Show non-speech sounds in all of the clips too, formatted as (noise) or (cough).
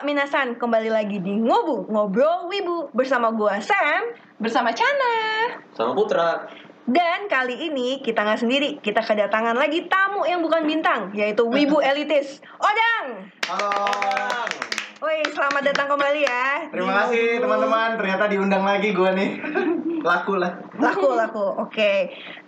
minasan, kembali lagi di Ngobu, Ngobrol Wibu Bersama gua Sam Bersama Chana. sama Putra. Dan kali ini kita nggak sendiri, kita kedatangan lagi tamu yang bukan bintang Yaitu (laughs) Wibu Elitis, Odang Halo. Woi, selamat datang kembali ya Terima kasih teman-teman. Ternyata diundang lagi gue nih. (laughs) Laku lah. Laku, laku, oke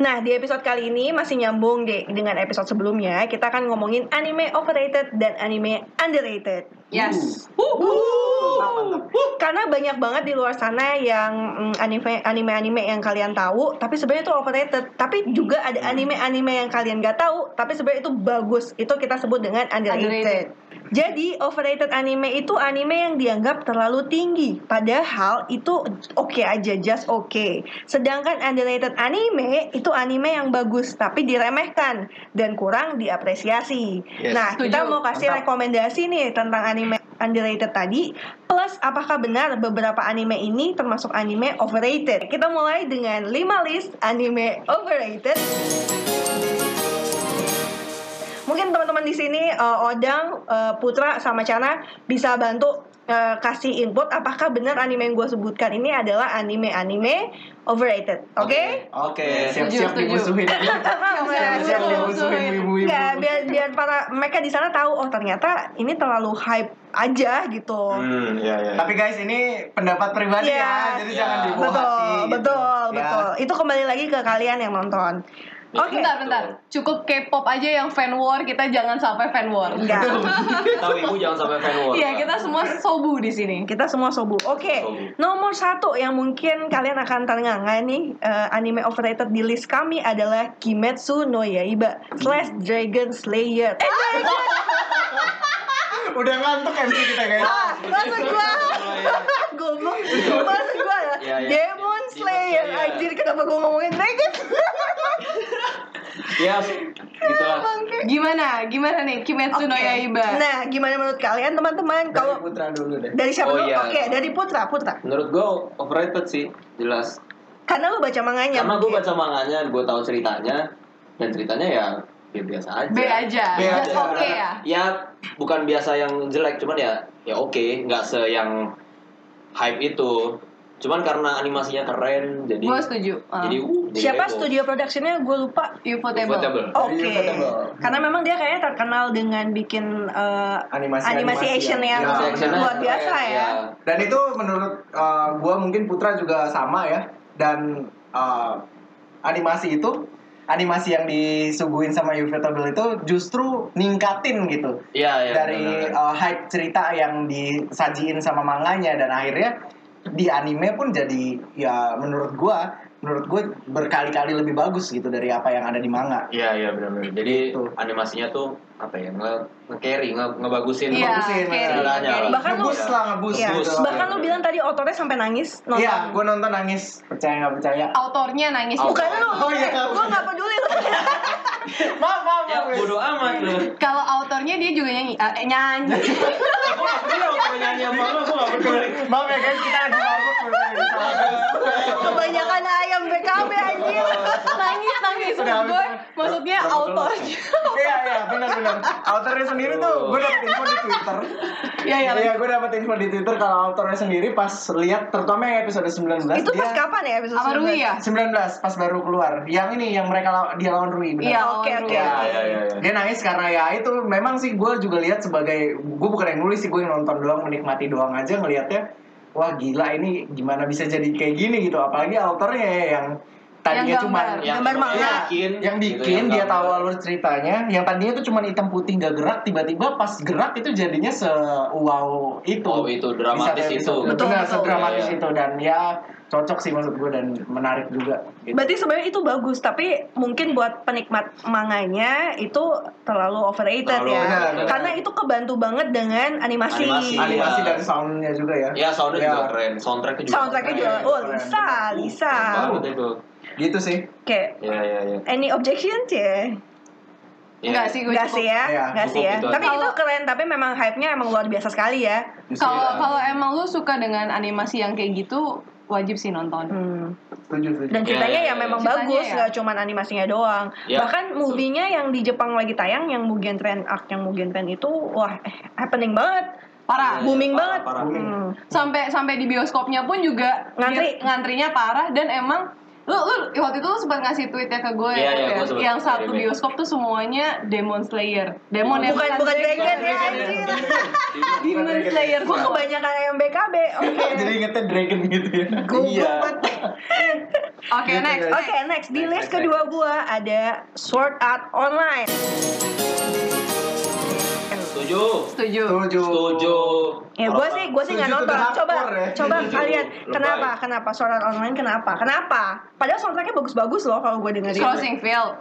Nah, di episode kali ini masih nyambung deh dengan episode sebelumnya Kita akan ngomongin anime overrated dan anime underrated Yes. Mantap, mantap. karena banyak banget di luar sana yang mm, anime anime anime yang kalian tahu tapi sebenarnya itu overrated tapi juga ada anime anime yang kalian nggak tahu tapi sebenarnya itu bagus itu kita sebut dengan Underrated. underrated jadi overrated anime itu anime yang dianggap terlalu tinggi padahal itu oke aja just oke sedangkan underrated anime itu anime yang bagus tapi diremehkan dan kurang diapresiasi Yes. nah kita Setuju. mau kasih Mantap. rekomendasi nih tentang anime underrated tadi plus apakah benar beberapa anime ini termasuk anime overrated kita mulai dengan 5 list anime overrated mungkin teman-teman di sini eh, Odang, eh, Putra sama Chana bisa bantu eh, kasih input apakah benar anime yang gue sebutkan ini adalah anime-anime overrated oke Oke. Oke. Siap-siap Setuju, setuju. dimusuhin. Siap-siap dimusuhin Iya, ibu-ibu. Nggak, Iya, biar biar para mereka di sana tahu oh ternyata ini terlalu hype aja gitu. Hmm, ya ya. Tapi guys ini pendapat pribadi Yes. ya. Jadi Ya. jangan dibawa betul, hati. gitu. betul, Ya. betul. Itu kembali lagi ke kalian yang nonton. Oke. Bentar, bentar. Cukup K-pop aja yang fan war, kita jangan sampai fan war. Enggak. (laughs) Tahu ibu jangan sampai fan war. Iya, kita semua sobu di sini. Kita semua sobu. Oke. Sobu. Nomor satu yang mungkin kalian akan ternganga nih eh, anime overrated di list kami adalah Kimetsu no Yaiba slash Dragon Slayer. Eh, Udah ngantuk MC kita guys. ah, maksud gua. Goblok. Maksud gua adalah Ya, ya. Demon Demon Slayer. Slayer. Anjir, kenapa gua ngomongin Dragon? Ya, gitulah. Gimana? Gimana nih Kimetsu no Oke. Yaiba? Nah, gimana menurut kalian teman-teman? Kalau Kalau Putra dulu deh. dari siapa Oh, dulu? iya. Oke, dari Putra, Putra. Menurut gue overrated sih, jelas. Karena lu baca Iya, manganya. Karena gue mungkin. baca manganya, gue tahu ceritanya dan ceritanya ya ya biasa aja. B nah, aja. B Just aja. Oke ya. Ya bukan biasa yang jelek, cuman ya ya oke, nggak se yang hype itu. Cuman karena animasinya keren, jadi Gue setuju. Uh. jadi uh, jadi Siapa heboh. studio productionnya gue lupa. Ufotable. Ufotable. Oke. Ufotable. Karena memang dia kayaknya terkenal dengan bikin eh, Animasi- animasi animasi action ya. yang Animasi Iya, actionnya luar biasa Nah, keren, iya. ya. Dan itu menurut uh, gua mungkin Putra juga sama ya. Dan uh, animasi itu animasi yang disuguhin sama Ufotable itu justru ningkatin gitu Iya, iya. dari benar. uh, hype cerita yang disajiin sama manganya dan akhirnya di anime pun jadi ya menurut gua menurut gue berkali-kali lebih bagus gitu dari apa yang ada di manga. Iya iya benar-benar. Jadi Gitu. animasinya tuh apa ya nge, nge carry nge ngebagusin Iya, Bagusin, carry, istilahnya. carry. Bahkan lu- ngebus lah ngebus. Iya. gitu. Bagus. Bahkan lu bilang tadi autornya sampai nangis nonton. Iya, gue nonton nangis percaya nggak percaya. kan Autornya nangis. Bukan lu. Oh, iya. Gue nggak peduli (laughs) lu. (laughs) Maaf maaf Ya maaf. guys. bodo amat lu. Kalau autornya dia juga nyanyi. Ah, eh, (laughs) nyanyi. Iya, kalau nyanyi sama lu gua gak peduli. Maaf ya guys, kita lagi mabuk bener-bener di sana. Kebanyakan ayam BKB anjir. nangis, nangis. Udah, Maksud gue, udah. maksudnya Berapa autornya. (laughs) Iya iya benar-benar. Autornya sendiri tuh, gue dapet info di Twitter. Iya, iya. Iya, gue dapet info di Twitter kalau autornya sendiri pas lihat terutama yang episode 19 Itu dia pas kapan ya episode Sama Rui ya? 19 pas baru keluar. Yang ini yang mereka law- dia lawan Rui benar. Iya, Oke, lawan oke, Rui. Iya iya iya. iya. Dia nangis karena ya itu memang sih gue juga lihat sebagai gue bukan yang nulis sih gue yang nonton doang menikmati doang aja ngelihatnya wah gila ini gimana bisa jadi kayak gini gitu apalagi autornya ya yang tadinya Yang cuma gambar. Gambar emang manga. bikin, yang gitu, bikin yang dia gambar. tahu alur ceritanya yang tadinya itu cuma hitam putih nggak gerak tiba-tiba pas gerak itu jadinya se wow itu Wow itu, dramatis Bisa kayak itu. gitu. Betul, benar betul. sedramatis Iya. itu dan ya cocok sih maksud gue dan menarik juga gitu. Berarti sebenarnya itu bagus, tapi mungkin buat penikmat manganya itu terlalu overrated Terlalu ya. overrated. Karena itu kebantu banget dengan animasi. Animasi. animasi Iya. dan soundnya juga ya Ya soundnya Iya. juga keren, soundtracknya juga. Soundtracknya juga, keren. oh Lisa, Lisa. Keren banget itu. gitu sih Oke, Iya iya iya. any objections ya? Iya. Enggak sih, gue Nggak sih cukup. ya, Iya, nggak sih ya. cukup itu Tapi aja. itu keren, tapi memang hype-nya emang luar biasa sekali ya. Justru Kalau ya. kalau emang lu suka dengan animasi yang kayak gitu, wajib sih nonton. Hmm. setuju setuju Dan Iya, ceritanya iya, ya iya. memang Ceritanya bagus, ya. nggak cuman animasinya doang. Iya, Bahkan movie-nya yang di Jepang lagi tayang, yang Mugen Train Arc, yang Mugen Train itu, wah, eh, happening banget. Iya. Parah. Booming parah, banget. parah. Hmm. Sampai sampai di bioskopnya pun juga Ngantri. dia- ngantrinya parah dan emang lu lu waktu itu lu sempat ngasih tweetnya ke gue Iya, iya, ya, gue sempet yang satu kirimin. bioskop tuh semuanya Demon Slayer. Demon yang Bukan bukan dragon ya Slayer. anjir. Demon Slayer. Gua kebanyakan ayam BKB. Oke. Nah. (laughs) Jadi ingetnya dragon gitu ya. Goblok Iya. banget. Oke, Gitu, next. Oke, next di Next, list next, kedua gua ada Sword Art Online. Setuju. Setuju. Setuju. Setuju. Ya gue sih gue sih nggak Setuju nonton. tuh Coba hardcore ya. coba Setuju. kalian Lebay. kenapa kenapa Sword Art Online kenapa kenapa? Padahal soundtracknya bagus-bagus loh kalau gue dengerin. Crossing Field.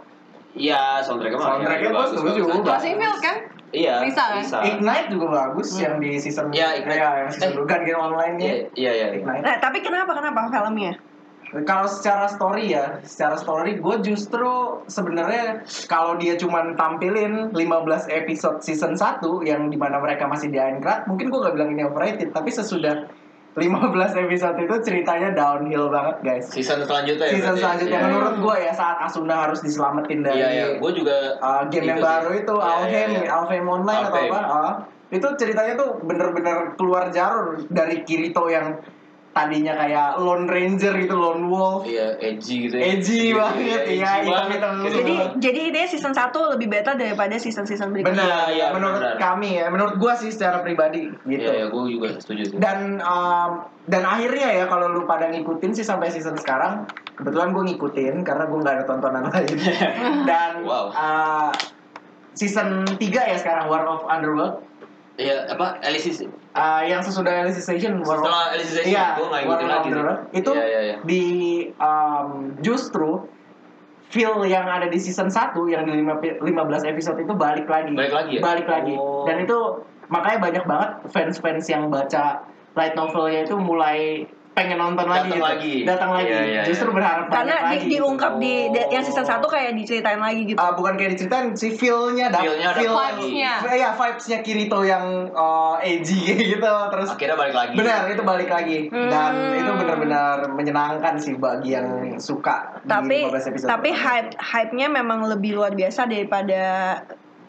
Iya, soundtracknya mah. Soundtracknya gua bagus, setuju. bagus. Bagus. Crossing Field kan? Iya. Bisa kan? Ignite juga bagus Hmm. yang di season Iya, Ignite. ya, yang season Eh. dulu kan game online Iya, iya, iya. Ignite. Nah tapi kenapa kenapa filmnya? Kalau secara story ya, secara story gue justru sebenarnya kalau dia cuman tampilin 15 episode season 1 yang dimana mereka masih di Aincrad, mungkin gue gak bilang ini overrated, tapi sesudah 15 episode itu ceritanya downhill banget guys. Season selanjutnya ya. Season berarti. selanjutnya Iya. menurut gue ya saat Asuna harus diselamatin dari Iya, iya. Gue juga uh, game yang gitu sih. baru itu Iya, Alhem, iya, iya. Alhem Online atau Alhem. apa? ah. itu ceritanya tuh bener-bener keluar jalur dari Kirito yang tadinya kayak Lone Ranger gitu, Lone Wolf. Iya, edgy gitu ya. Edgy Iya, banget, edgy iya, hitam, banget. hitam. Gitu. Jadi jadi ini season 1 lebih better daripada season-season berikutnya. Bener, Iya, iya, menurut bener. kami ya, menurut gua sih secara pribadi gitu. Iya, iya, gue juga setuju sih. dan um, dan akhirnya ya kalau lu pada ngikutin sih sampai season sekarang kebetulan gue ngikutin karena gue nggak ada tontonan (laughs) lain dan Wow. uh, season 3 ya sekarang War of Underworld Iya, apa? Alice Uh, yang sesudah Alice Station War Setelah of, Alice Station, Iya, gua nggak War ngikutin of lagi sih. Underworld. itu Iya, iya, iya. di um, justru feel yang ada di season 1 yang di lima- 15 episode itu balik lagi Balik lagi ya? balik lagi Oh. dan itu makanya banyak banget fans-fans yang baca light novelnya itu mulai pengen nonton Datang lagi gitu. lagi. datang lagi Iya, iya, justru iya. berharap Karena banyak di, lagi gitu. diungkap di, di- yang season 1 kayak diceritain lagi gitu. Uh, bukan kayak diceritain si feel-nya dap- Feel-nya dapet lagi. Vibes-nya. ya vibes-nya Kirito yang uh, edgy (laughs) kayak gitu terus Akhirnya balik lagi. Benar, itu balik lagi dan Hmm. itu benar-benar menyenangkan sih bagi yang suka tapi di 15 episode. tapi hype hype-nya memang lebih luar biasa daripada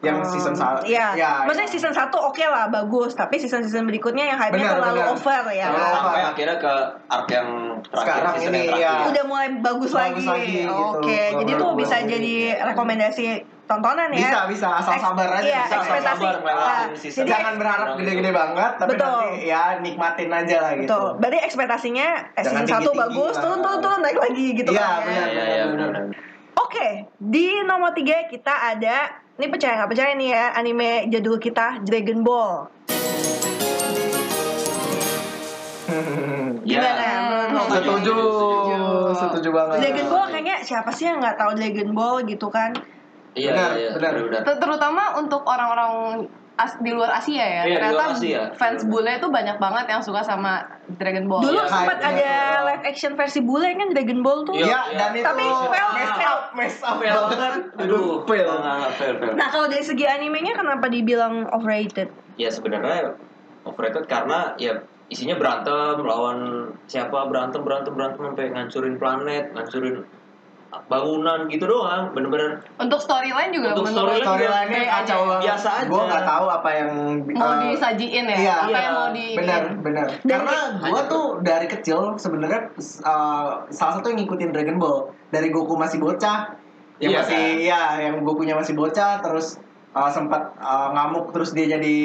Yang um, season sa- Iya. ya, Maksudnya ya. season 1 oke lah, bagus, tapi season-season berikutnya yang hype-nya Benar, terlalu benar. over ya. Terlalu over. sampai akhirnya ke arc yang terakhir Sekarang season ini, yang terakhir. Iya, ya. Udah mulai bagus, Bagus lagi. lagi, gitu. Oke, jadi tuh Bagus bisa lagi. jadi rekomendasi tontonan ya. Bisa, bisa, asal Eks- sabar aja, Iya, bisa, asal ekspektasi. sabar, Nah, ngelewatin season. jadi Jangan berharap gede-gede banget, tapi Betul. nanti ya nikmatin aja lah gitu. Betul. Berarti ekspektasinya eh, season Jangan 1 tinggi-tinggi bagus, lah. turun-turun-turun naik lagi gitu Iya, kan. ya. benar, Iya, iya, benar. Oke, di nomor tiga kita ada ini percaya nggak percaya nih ya anime jadul kita Dragon Ball. Iya. Gimana menurut lo? Hmm. setuju, Setuju. setuju banget. Dragon Ball kayaknya siapa sih yang nggak tahu Dragon Ball gitu kan? Iya, Benar, iya, benar. benar. Ter- terutama untuk orang-orang as- di luar Asia ya. Iya, di Ternyata luar Asia. fans bule itu banyak banget yang suka sama Dragon Ball. Dulu iya, sempat iya. ada live action versi bule kan Dragon Ball tuh. Iya. Ya, dan itu Tapi fail, mess fail. up, mess up Fail banget. Aduh, fail. fail, fail. Nah kalau dari segi animenya kenapa dibilang overrated? ya sebenarnya overrated karena ya isinya berantem lawan siapa berantem berantem berantem sampai ngancurin planet ngancurin bangunan gitu doang bener-bener Untuk storyline juga Untuk menurut storyline juga Storyline-nya kayak kacau aja banget. Biasa aja. Gue nggak tahu apa yang mau eh, disajiin ya, iya. apa yang Iya, mau di benar benar Dan karena kayak- gua tuh dari kecil sebenarnya uh, salah satu yang ngikutin Dragon Ball dari Goku masih bocah yang Iya, masih kan? ya yang Gokunya masih bocah terus uh, sempat uh, ngamuk terus dia jadi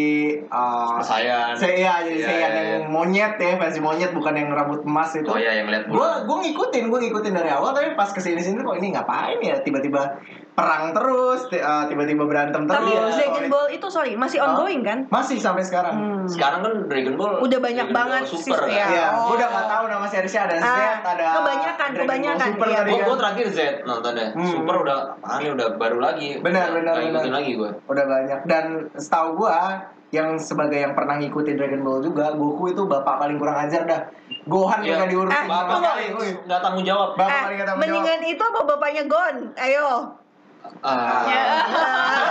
uh, Saiyan. Se- iya, jadi Iya, Saiyan iya, yang monyet ya versi monyet bukan yang rambut emas itu oh ya yang lihat gue gue ngikutin gue ngikutin dari awal tapi pas kesini sini kok ini ngapain ya tiba-tiba perang terus ti- uh, tiba-tiba berantem terus Tapi Dragon Soal- Ball itu sorry masih iya, Hah? ongoing kan? masih sampai sekarang Hmm. sekarang kan Dragon Ball Udah banyak Dragon banget Ball super sih, kan ya. Iya, Oh. gua udah gak tahu nama seriesnya ada Z, Ah, ada kebanyakan, Dragon Ball kebanyakan, Super iya. tadi Gue kan. terakhir Z nontonnya Hmm. Super udah apaan ya udah baru lagi Benar, benar, Nggak ngikutin benar. lagi gue Udah banyak dan setahu gua yang sebagai yang pernah ngikutin Dragon Ball juga, Goku itu bapak paling kurang ajar dah. Gohan Iya. udah diurus Eh, sama Bapak sekali. kali woi. nggak tanggung jawab Bapak Eh, paling kata mendingan itu apa bapaknya Gon? Ayo. Ah. Ya.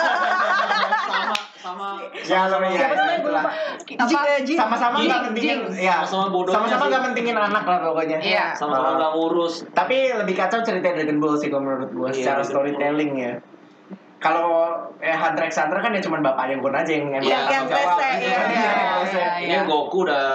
sama sama Ya, sama ya, Siapa namanya? Gua itulah. lupa. Apa? Ji- eh, Ji- Sama-sama Jinx, nggak pentingin, Jinx. ya. Sama-sama bodohnya Sama-sama sih. nggak pentingin anak lah pokoknya. Ah. Iya. sama-sama nggak ngurus Tapi lebih kacau cerita Dragon Ball sih kalau menurut gua Iya, secara Dragon Ball. storytelling ya. kalau eh Hunter x Hunter kan ya cuman bapaknya Gon aja yang emang Yang- yang tanggung jawab. rese, Iya, iya, iya, iya, rese. iya. Ini Goku udah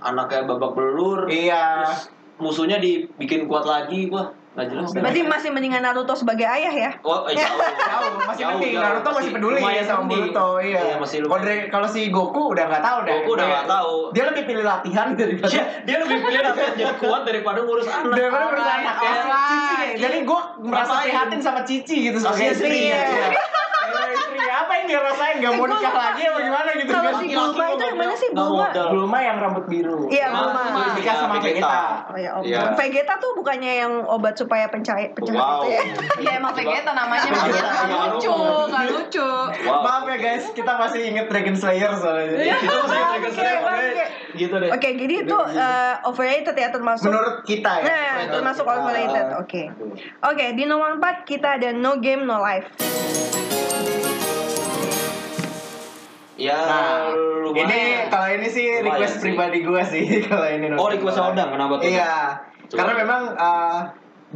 anaknya babak belur. Iya. Terus musuhnya dibikin kuat lagi. Wah, nggak jelas. Berarti masih mendingan Naruto sebagai ayah ya? Wah, eh, jauh. Jauh, masih Jauh, penting. jauh. Naruto masih peduli ya lumayan sama penting. Boruto, iya. masih Kalau dari- kalau si Goku udah nggak tahu deh. Iya. Goku udah nggak tahu. Iya. Dia lebih pilih latihan daripada kan Dia, dia lebih pilih latihan jadi kuat daripada ngurus anak. daripada Alright, urusan anak alright. Cici deh. Jadi gue Iya. merasa Ngapain? prihatin sama Cici gitu sebagai Iya, istri. iya. Iya. Sebagai istri apa yang dia rasain? Gak mau Eh, gua nikah lupa. lagi apa gimana gitu? Kalau kan? si laki-laki Bulma itu ngomongnya yang mana sih nggak Bulma? modal. Bulma yang rambut biru. Iya, Nah, Bulma. terus Nikah sama Vegeta. Oh ya, Iya. Om. Vegeta tuh bukannya yang obat supaya pencahit pencahit Wow. itu ya? Ya emang Vegeta namanya makanya nggak lucu, nggak lucu. Wow. Maaf ya guys, kita masih inget Dragon Slayer soalnya. Iya. Kita masih Oke, Dragon Slayer, oke. deh. Gitu deh. Oke, jadi itu eh, overrated ya termasuk. Menurut Iya. kita ya. Nah, termasuk kita. Ah. overrated. Oke. Oke, di nomor 4 kita ada no game no life. Ya, Nah, lumayan. ini kalau ini sih Lumayan request sih. pribadi gue sih (laughs) kalau ini. Oh, request Odang, kenapa tuh? Iya, Coba. karena memang eh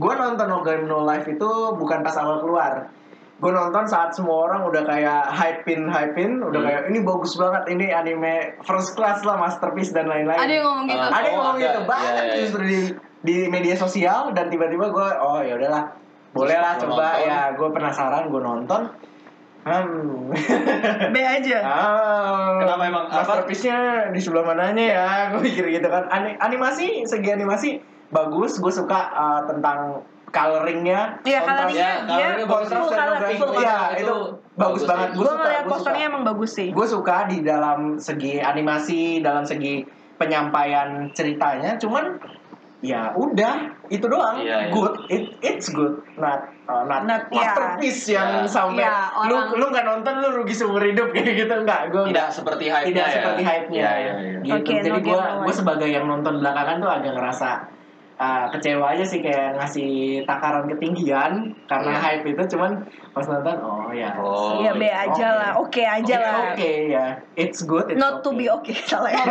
gue nonton No Game No Life itu bukan pas awal keluar. Gue nonton saat semua orang udah kayak hype-in, hype-in, udah Hmm. kayak ini bagus banget, ini anime first class lah, masterpiece dan lain-lain. Ada yang ngomong gitu. Ah, ada yang Oh, ngomong ada. gitu banget Iya, iya, iya. justru di di media sosial dan tiba-tiba gue oh ya udahlah boleh lah Gua coba nonton. ya gue penasaran gue nonton hmm (laughs) B aja. Ah, Kenapa emang? Apa? masterpiece-nya di sebelah mananya ya? (laughs) Gue mikir gitu kan. Ani- animasi segi animasi bagus, gue suka eh, tentang coloringnya. Iya, kontras- coloringnya Ya, dia coloringnya bagus. full kontras dan color, logonya. full Iya, color. itu, Itu bagus bagus banget. sih. Gue Gue suka. ngeliat gua suka. posternya emang bagus sih. Gue suka di dalam segi animasi, dalam segi penyampaian ceritanya. Cuman ya udah itu doang Iya, iya. good it, it's good not uh, not, Not- masterpiece iya. yang Iya. sampai Iya, lu orang- lu nggak nonton lu rugi seumur hidup (laughs) kayak gitu nggak gue Tidak seperti hype-nya tidak ya. seperti hype-nya Iya, iya, iya. gitu Oke, jadi no gue game, no gue life. sebagai yang nonton belakangan tuh agak ngerasa uh, kecewa aja sih kayak ngasih takaran ketinggian karena Iya. hype itu cuman pas nonton oh ya Oh. Iya, B aja Oke. lah. Oke aja It's lah. okay ya it's good it's Not to okay. be (laughs) okay (laughs) salah ya.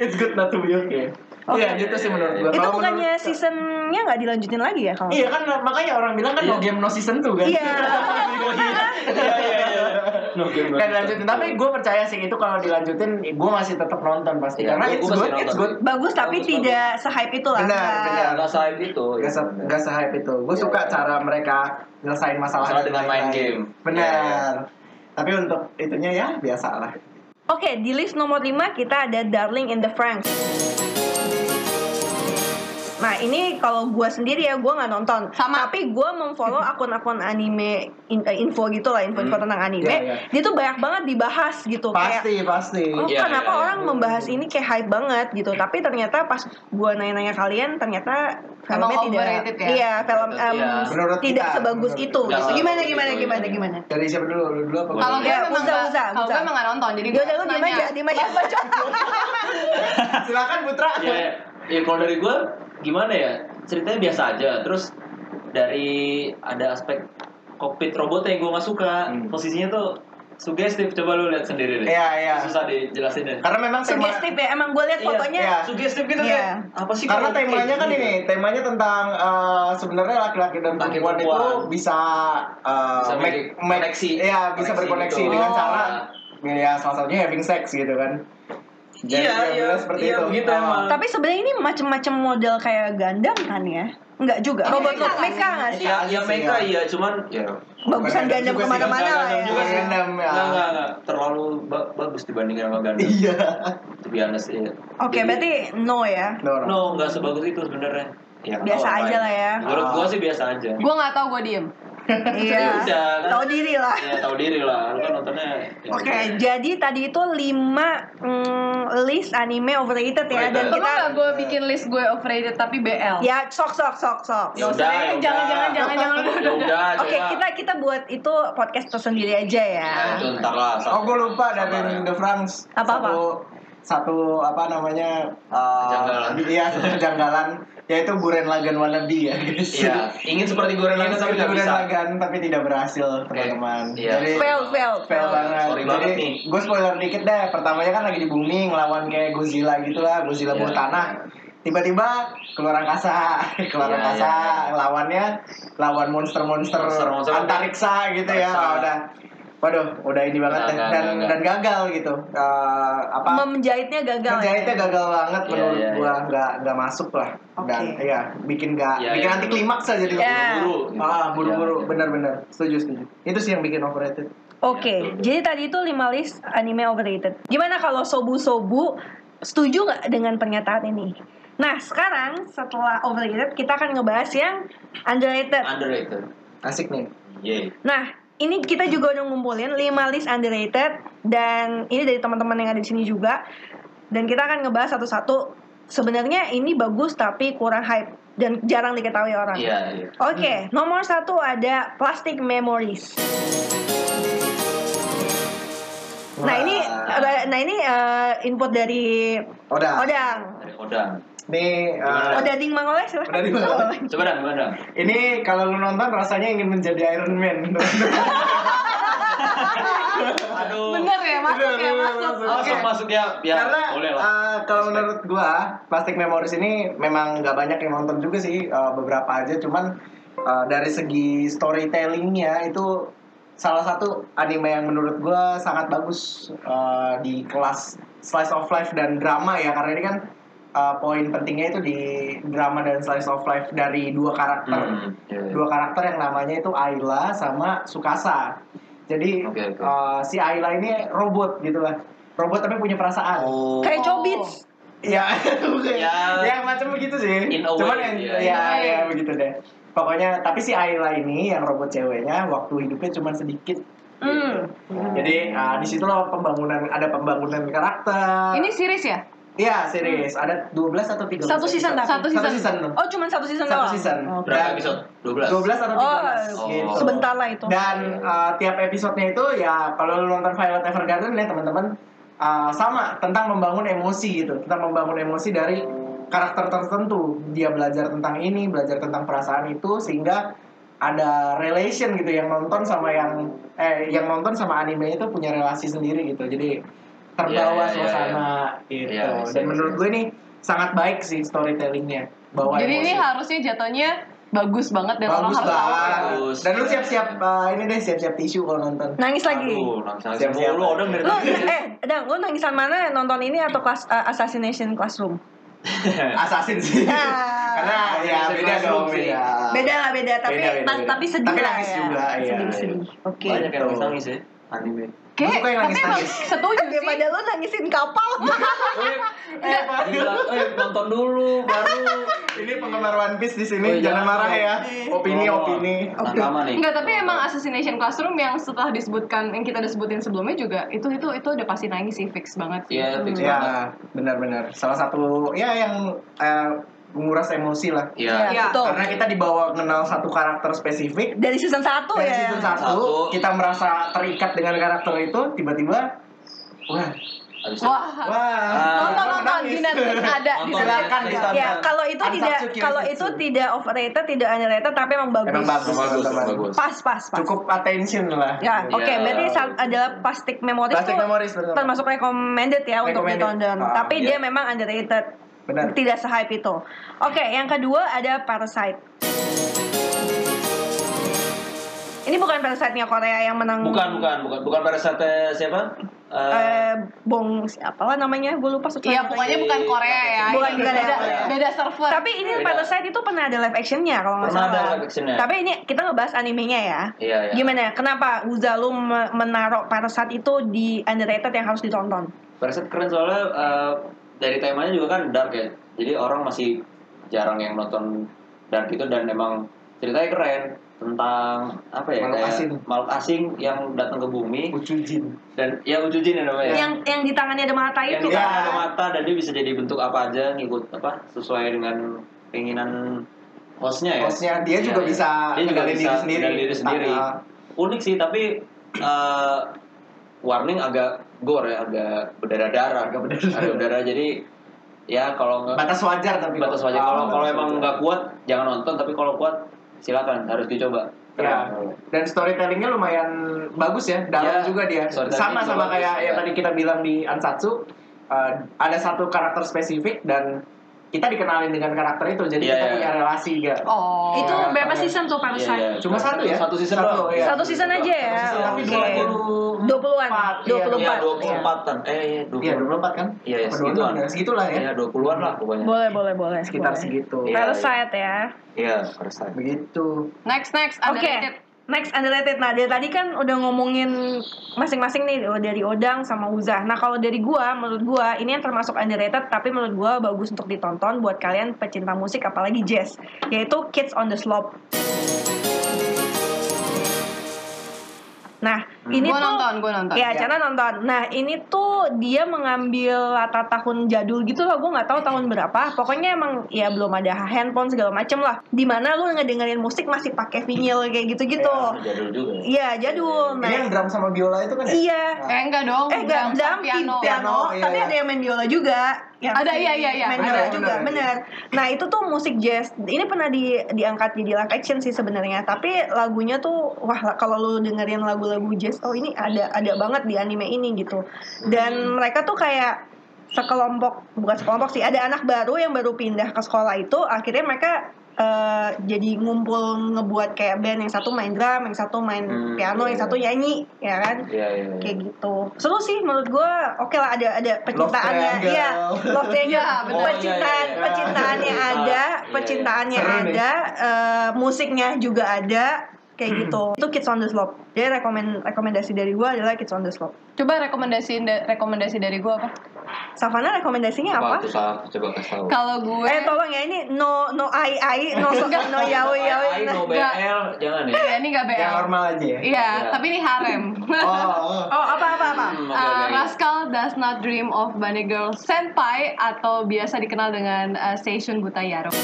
it's good not to be okay Oke. Iya gitu sih menurut gue Itu bukannya seasonnya nggak dilanjutin lagi ya kalau? Iya kan makanya orang bilang kan no game no season tuh kan. (laughs) Iya. (laughs) Iya, iya, iya. No game, no game. Nggak dilanjutin. Tapi gue percaya sih itu kalau dilanjutin, gue masih tetap nonton pasti. Iya, Karena gua- it's gua masih good, it's nonton. good. Bagus tapi Bagus, tidak se-hype itu lah. Benar, Nggak- benar. Nggak hype itu. Gak, se gak se-hype itu. Gue Iya, suka iya. cara mereka nyelesain masalah, Masalah dan dengan main lain-lain. game. Benar. Iya, iya. Tapi untuk itunya ya biasa lah. Oke, di list nomor 5 kita ada Darling in the Franks. Nah ini kalau gue sendiri ya gue nggak nonton, Sama. tapi gue memfollow akun-akun anime in- eh, info gitu lah info-info tentang anime. Iya, iya. Dia tuh banyak banget dibahas gitu. kayak, Pasti pasti. Oh, Iya, kenapa iya, iya. orang membahas ini kayak hype banget gitu. Tapi ternyata pas gua nanya-nanya kalian ternyata Emang filmnya tidak overrated ya? Iya, film Overrated, em, iya. Menurut tidak kita, sebagus menurut itu. kita. gitu. Gimana Iya, gimana iya, gimana iya. gimana? Dari siapa dulu? Lu dulu apa? gua? (laughs) Kalau gue Ya, memang Uza, nggak- Uza, kalau Uza. gue emang nggak nonton, jadi Ya gue udah lu diem nanya. aja, diem aja. (laughs) silakan Putra. ya, ya kalau dari gue gimana ya ceritanya biasa aja terus dari ada aspek kokpit robotnya yang gue nggak suka Hmm. posisinya tuh sugestif coba lu lihat sendiri deh Iya, iya. susah dijelasin deh Karena memang tema- Sugestif ya, emang gue lihat Iya, fotonya. iya. sugestif gitu Iya. kayak apa sih karena kalau kayak gitu? temanya kan gini? ini temanya tentang eh, sebenarnya laki-laki dan Laki perempuan itu perempuan. bisa eh, Bisa make- bikin make- koneksi. iya bisa Koneksi berkoneksi gitu. dengan Oh. cara ya salah satunya having sex gitu kan Jadi iya dia iya bilang seperti iya, itu. begitu Ah. emang Tapi sebenarnya ini macam-macam model kayak Gundam kan ya? Enggak juga. Robot Mecha robot nggak mecha nggak sih? ya ya Iya. mereka iya cuman ya Bagusan Gundam Gundam juga sih, kemana-mana Gundam lah ya. juga sih. Gundam, ya. nggak nggak nggak terlalu ba- bagus dibandingkan sama Gundam (laughs) iya to be honest ya Oke, Jadi- berarti no (laughs) ya. no, no. No, nggak sebagus itu sebenarnya. Ya, Iya, nggak Biasa tahu aja ngapain. lah ya. Menurut gua Ah. sih biasa aja. Gue nggak tahu gue diem. Iya. udah. Tahu diri lah. Ya tahu diri lah, lu kan nontonnya. ya Oke, udah. jadi tadi itu 5 list anime overrated ya dan Overrated. Perlu kita nggak gue bikin list gue overrated tapi BL? ya sok sok sok sok. Iya, Ya udah, ya Jangan, udah. jangan, jangan, jangan, jangan. (laughs) Ya udah, (laughs) Oke, coba. kita kita buat itu podcast tersendiri aja Iya, ya. Ya, itu ntar lah. oh gue lupa sabar dari ya. The France Apa-apa? satu satu apa namanya eh, Kejanggalan. iya satu kejanggalan yaitu Guren Lagan wannabe ya guys Iya, ingin seperti goreng Guren lagi tapi nggak bisa. Lagan tapi tidak berhasil teman-teman Iya. Jadi- Fail fail fail. fail banget. Sorry Jadi banget nih. gue spoiler dikit deh. Pertamanya kan lagi di booming lawan kayak Godzilla gitu lah, Godzilla Iya. bawah tanah. tiba-tiba keluar angkasa (laughs) keluar Iya, angkasa iya, lawannya lawan monster-monster Monster-monster. antariksa gitu ya Antariksa. Ah, udah waduh udah ini banget Udah, deh. udah, dan udah, dan gagal gitu Eh, apa Menjahitnya gagal. ya. menjahitnya gagal banget Iya, menurut iya, gua nggak nggak masuk lah dan Oke. ya bikin nggak Iya, bikin iya. anti klimaks aja gitu Iya. Buru-buru. ah buru-buru Iya, iya. benar-benar setuju setuju itu sih yang bikin overrated Oke, jadi tadi itu lima list anime overrated. Gimana kalau sobu-sobu setuju nggak dengan pernyataan ini? Nah, sekarang setelah overrated kita akan ngebahas yang underrated. Underrated. asik nih Yeay. Nah, ini kita juga udah ngumpulin 5 list underrated dan ini dari teman-teman yang ada di sini juga. Dan kita akan ngebahas satu-satu. Sebenarnya ini bagus tapi kurang hype dan jarang diketahui orang. Iya, iya. Oke, nomor satu ada Plastic Memories. Nah Wah. Nah. ini, nah ini eh, input dari Oda Odang. Dari Odang. nih eh, Odang Ding Mangoleh silakan. Odading Mangoleh. Coba dong, coba dong. ini kalau lu nonton rasanya ingin menjadi Iron Man Aduh. Bener ya, masuk Bener, ya, bener, masuk. masuk. Oke. Masuk masuk ya, ya karena boleh lah. eh, kalau menurut gua plastik memories ini memang nggak banyak yang nonton juga sih eh, beberapa aja cuman eh, dari segi storytellingnya itu salah satu anime yang menurut gua sangat bagus eh, di kelas slice of life dan drama ya karena ini kan eh, poin pentingnya itu di drama dan slice of life dari dua karakter Hmm, iya, iya. dua karakter yang namanya itu Ayla sama Sukasa. Jadi Oke, oke. eh, si Ayla ini robot gitu lah. Robot tapi punya perasaan. Oh. Kayak Chobits. Ya, (laughs) bukan. Ya. ya macam begitu sih. In a way, Cuman ya. yang- ya, ya, begitu deh. Pokoknya tapi si Ayla ini yang robot ceweknya waktu hidupnya cuman sedikit. Hmm. Jadi eh, di situ loh pembangunan ada pembangunan karakter. Ini series ya? Iya, serius. Ada 12 atau Hmm. 13. Satu season tapi. Satu Satu season. season. Oh cuman satu season Satu doang. season. Oke. Berapa Dan- episode? 12. 12 atau 13 Oh, gitu. sebentar lah itu. Dan uh, tiap episodenya itu ya kalau lu nonton Violet Evergarden ya teman-teman uh, sama tentang membangun emosi gitu, tentang membangun emosi dari karakter tertentu. Dia belajar tentang ini, belajar tentang perasaan itu sehingga ada relation gitu yang nonton sama yang eh yang nonton sama anime itu punya relasi sendiri gitu. Jadi Iya, terbawa iya, iya, suasana gitu. Iya, iya, Dan iya, menurut iya. gue ini sangat baik sih storytellingnya. Bawa Jadi emosi ini harusnya jatuhnya bagus banget dan orang bagus harus tahu. banget. Bagus. Dan lu siap-siap eh, ini deh siap-siap tisu kalau nonton. Nangis lagi. Aduh, nangis nangis Siap-siap. mulu Odang dari Lo tadi. eh Dang, lo nangisan mana nonton ini atau kelas eh, Assassination Classroom? Assassin sih. Ah. Karena ya Bisa beda dibilang dong sih. beda. Beda lah beda, tapi Beda, beda, pas- beda. tapi sedih Tapi lah nangis ya. juga, iya, sedih iya. sedih. Oke. Banyak yang nangis-nangis ya anime. Oke, Aku kayak tapi emang nangis-nangis. setuju Iya sih. Daripada lo nangisin kapal. Eh, gila, eh, nonton dulu baru Ini penggemar One Piece di Oh, sini iya. jangan marah ya. Iya. Opini Oh, opini. Nakama nih. Enggak, tapi emang Assassination Classroom yang setelah disebutkan yang kita udah sebutin sebelumnya juga itu itu itu udah pasti nangis sih fix banget sih. Iya, fix banget. Ya benar-benar. Salah satu ya yang eh, menguras emosi lah. Iya. Iya. Betul. Karena kita dibawa kenal satu karakter spesifik. Dari season 1 Dari ya. season satu, Satu. kita merasa terikat dengan karakter itu, tiba-tiba, wah, Habis itu- Wah. wah, Nonton nonton di Netflix ada di Nah, Nonton. sana. silakan Netflix. ditonton. Ya, kalau itu tidak Ansatsu kalau itu Kyoritsu. tidak overrated, tidak underrated tapi emang bagus. Emang bagus, Bagus, teman-teman. bagus. Pas pas pas. Cukup attention lah. Ya, Iya. oke, berarti sa- adalah plastic memories Plastic tuh Memories, betul. termasuk recommended ya untuk Recommended. ditonton. Ah, Tapi iya. dia memang underrated. Benar. Tidak se-hype itu. Oke, yang kedua ada Parasite. Ini bukan Parasite-nya Korea yang menang. Bukan, bukan, bukan. Bukan Parasite siapa? Eh, Eh, Bong siapa namanya? Gue lupa sukses. Iya, pokoknya bukan Korea ya. Bukan, Ini bukan, beda, bukan. beda server. Tapi ini Beda. Parasite itu pernah ada live actionnya kalau nggak Iya. Pernah salah. ada live action-nya. Tapi ini kita ngebahas animenya ya. Iya, iya. Gimana? Kenapa Uzalu me- menaruh Parasite itu di underrated yang harus ditonton? Parasite keren soalnya eh, dari temanya juga kan dark ya. Jadi orang masih jarang yang nonton dark itu dan emang ceritanya keren tentang apa ya Makhluk kayak asing. makhluk asing yang datang ke bumi Ucujin. dan ya ujujin ya Iya. namanya. Yang yang di tangannya ada mata yang itu kita Ya. kan? ada mata dan dia bisa jadi bentuk apa aja ngikut apa sesuai dengan keinginan hostnya ya Hostnya, dia juga bisa dia juga ngendalin bisa diri sendiri. ngendalin diri sendiri. Ah. unik sih tapi eh, warning agak gore ya agak berdarah darah agak berdarah jadi ya kalau nggak Batas wajar tapi. batas wajar Ah, kalau kalau batas emang wajar. nggak kuat jangan nonton tapi kalau kuat silakan harus dicoba Iya, Ya. Keren. Dan storytellingnya lumayan bagus ya, dalam Ya, juga dia. storytelling Sama juga sama bagus, kayak yang ya. tadi kita bilang di Ansatsu, eh, ada satu karakter spesifik dan kita dikenalin dengan karakter itu jadi Iya, kita iya. punya relasi gak Oh. itu Iya, berapa iya. season tuh Parasite? Cuma satu ya? Satu season Satu, doang. iya. Satu season aja ya? Satu season, tapi Oke. dua puluh. 20 20-an, 24. iya, Iya, Iya. 24 an. Eh, iya, 20. iya 24 kan Iya, ya, Apa segituan. 26? segitulah ya Iya, 20-an lah pokoknya. Boleh, boleh, boleh. sekitar boleh. segitu Iya. Parasite ya. Iya, Parasite. begitu Next next Oke. underrated. Next underrated. Nah, dari tadi kan udah ngomongin masing-masing nih oh, dari Odang sama Uzah. Nah, kalau dari gua, menurut gua ini yang termasuk underrated tapi menurut gua bagus untuk ditonton buat kalian pecinta musik apalagi jazz, yaitu Kids on the Slope. Nah, ini Gua tuh nonton, gua nonton. Ya, Ya. Cana nonton. Nah, ini tuh dia mengambil latar tahun jadul gitu loh. Gue nggak tahu tahun berapa. Pokoknya emang ya belum ada handphone segala macem lah. Dimana lu ngedengerin musik masih pakai vinyl kayak gitu-gitu. Ah, Jadul juga. Iya, jadul. ini yang Nah, drum sama biola itu kan ya iya. Eh enggak dong. Eh, enggak, drum, drum, piano, piano. piano Piano, iya, tapi iya. ada yang main biola juga. Yang Ada, iya, iya, iya. Main Bener, biola bener, juga, bener. bener. Nah, itu tuh musik jazz. Ini pernah di, diangkat jadi live action sih sebenarnya, tapi lagunya tuh wah la- kalau lu dengerin lagu-lagu jazz, oh ini ada ada banget di anime ini gitu. Hmm. Dan mereka tuh kayak sekelompok bukan sekelompok sih ada anak baru yang baru pindah ke sekolah itu akhirnya mereka eh, jadi ngumpul ngebuat kayak band yang satu main drum yang satu main Hmm, piano yang iya. satu nyanyi ya kan Iya, iya, iya. kayak gitu seru sih menurut gue oke lah ada ada pecintaannya triangle. iya love triangle Iya, bener. pecintaan Oh, iya, iya, iya. pecintaannya Iya, ada iya. pecintaannya Seru nih. ada eh, musiknya juga ada kayak Hmm. gitu itu kids on the slope jadi rekomen rekomendasi dari gue adalah kids on the slope Coba rekomendasi rekomendasi dari gua apa? Savana rekomendasinya Apa apa tuh Saf? Coba kasih tahu. Kalau gue eh tolong ya ini no no ai ai (laughs) no so, no ya, yaoi Ai, yaoi no Enggak. BL, jangan ya. Iya. ya ini enggak BL. yang normal aja ya Iya, Iya. tapi ini harem. (laughs) oh, oh. oh apa apa apa Hmm, oke, Uh, oke. Rascal Does Not Dream of Bunny Girl Senpai atau biasa dikenal dengan uh, Seishun Butayaro.